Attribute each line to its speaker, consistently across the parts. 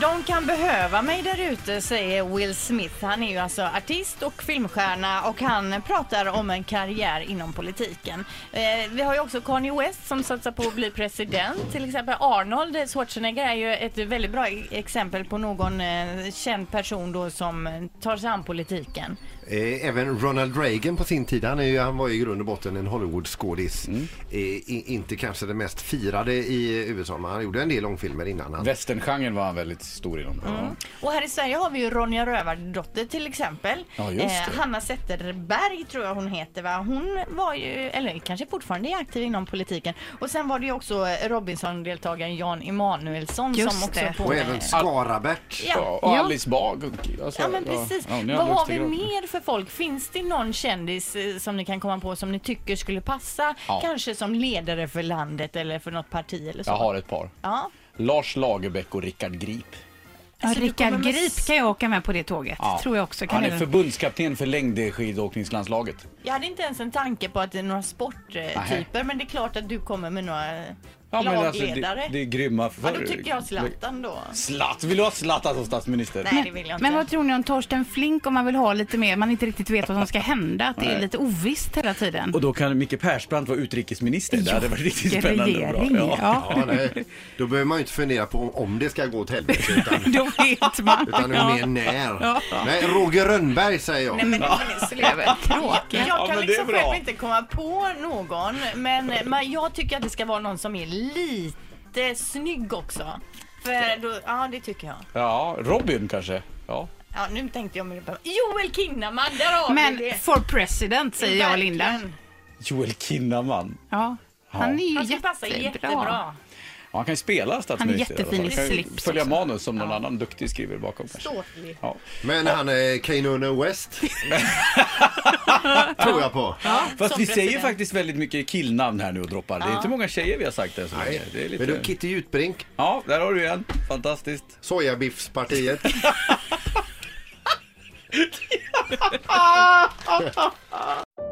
Speaker 1: De kan behöva mig där ute, säger Will Smith. Han är ju alltså artist och filmstjärna och han pratar om en karriär inom politiken. Eh, vi har ju också Kanye West som satsar på att bli president. Till exempel Arnold Schwarzenegger är ju ett väldigt bra e- exempel på någon eh, känd person då som eh, tar sig an politiken.
Speaker 2: Eh, Även Ronald Reagan på sin tid, han, är ju, han var ju i grund och botten en Hollywood-skådis. Eh, i- inte kanske den mest firade i USA, men han gjorde en del långfilmer innan. Han.
Speaker 3: Västerngenren var han väldigt stor inom.
Speaker 4: Mm.
Speaker 1: Och här i Sverige har vi ju Ronja Rövardotter till exempel. Eh,
Speaker 3: Ja, just det.
Speaker 1: Hanna Zetterberg tror jag hon heter va? Hon var ju, eller kanske fortfarande är aktiv inom politiken. Och sen var det ju också eh, Robinson-deltagaren Jan Emanuelsson
Speaker 4: Just
Speaker 1: som också
Speaker 4: det.
Speaker 1: på
Speaker 2: Och även Skarabert.
Speaker 1: Ja.
Speaker 3: Ja, och
Speaker 4: Ja.
Speaker 3: Alice Bag. Alltså,
Speaker 1: Ja men precis.
Speaker 3: ja, ni
Speaker 1: Vad har
Speaker 3: högsta
Speaker 1: vi
Speaker 3: grad.
Speaker 1: mer för folk? Finns det någon kändis eh, som ni kan komma på som ni tycker skulle passa?
Speaker 3: Ja.
Speaker 1: Kanske som ledare för landet eller för något parti eller så?
Speaker 3: Jag har ett par.
Speaker 1: Ja.
Speaker 3: Lars Lagerbäck och Rickard Grip.
Speaker 4: Ja,
Speaker 1: Alltså, du kommer
Speaker 4: Rickard
Speaker 1: med
Speaker 4: Grip kan jag åka med på det tåget. Tror jag också. Kan
Speaker 3: Han är
Speaker 4: du?
Speaker 3: förbundskapten för längdskidåkningslandslaget.
Speaker 1: Jag hade inte ens en tanke på att det är några sporttyper, men det är klart att du kommer med några
Speaker 3: Ja, men alltså,
Speaker 1: lagledare.
Speaker 3: det, det är grymma för...
Speaker 1: ja, då tycker jag Zlatan då.
Speaker 3: Slatt! Vill du ha Zlatan som statsminister?
Speaker 1: Nej, det vill jag inte.
Speaker 4: Men vad tror ni om Torsten Flink om man vill ha lite mer, man inte riktigt vet vad som ska hända, att det är lite ovisst hela tiden?
Speaker 3: Och då kan Micke Persbrandt vara utrikesminister. Det hade varit riktigt
Speaker 4: Vilken
Speaker 3: spännande och bra.
Speaker 4: regering. Ja.
Speaker 2: Ja, nej. Då behöver man ju inte fundera på om, om det ska gå åt helvete, utan,
Speaker 4: Då vet man.
Speaker 2: utan
Speaker 4: Ja.
Speaker 2: mer när. Nej, Roger Rönnberg säger jag.
Speaker 1: Nej, men det var väl
Speaker 4: Tråkigt.
Speaker 1: Jag kan
Speaker 3: Ja, men det är
Speaker 1: liksom
Speaker 3: bra.
Speaker 1: själv inte komma på någon, men, men jag tycker att det ska vara någon som är lite snygg också. För då, ja, det tycker jag.
Speaker 3: Ja, Robin kanske? Ja.
Speaker 1: Ja, nu tänkte jag mer på Joel Kinnaman, där har
Speaker 4: Men
Speaker 1: vi det!
Speaker 4: for president säger jag och Linda.
Speaker 1: Verkligen.
Speaker 3: Joel Kinnaman.
Speaker 4: Ja. Han är ju
Speaker 1: Han skulle
Speaker 4: jättebra.
Speaker 1: passa jättebra.
Speaker 3: Ja, han kan ju spela statsminister.
Speaker 4: jättefin
Speaker 3: Han
Speaker 4: i
Speaker 3: kan ju
Speaker 4: slips
Speaker 3: Följa
Speaker 4: också.
Speaker 3: manus som någon annan duktig skriver bakom. kanske.
Speaker 1: Ståtlig.
Speaker 3: Ja.
Speaker 2: Men han är Kanona West. Tror jag på.
Speaker 3: Fast
Speaker 1: som
Speaker 3: vi säger
Speaker 1: president.
Speaker 3: faktiskt väldigt mycket killnamn här nu och droppar. Det är inte många tjejer vi har sagt än så länge. Det är lite...
Speaker 2: Men du, Kitty Jutbrink,
Speaker 3: Ja, där har du en. Fantastiskt.
Speaker 2: Sojabiffspartiet.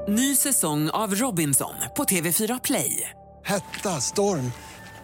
Speaker 5: Ny säsong av Robinson på TV4 Play.
Speaker 6: Hetta, storm,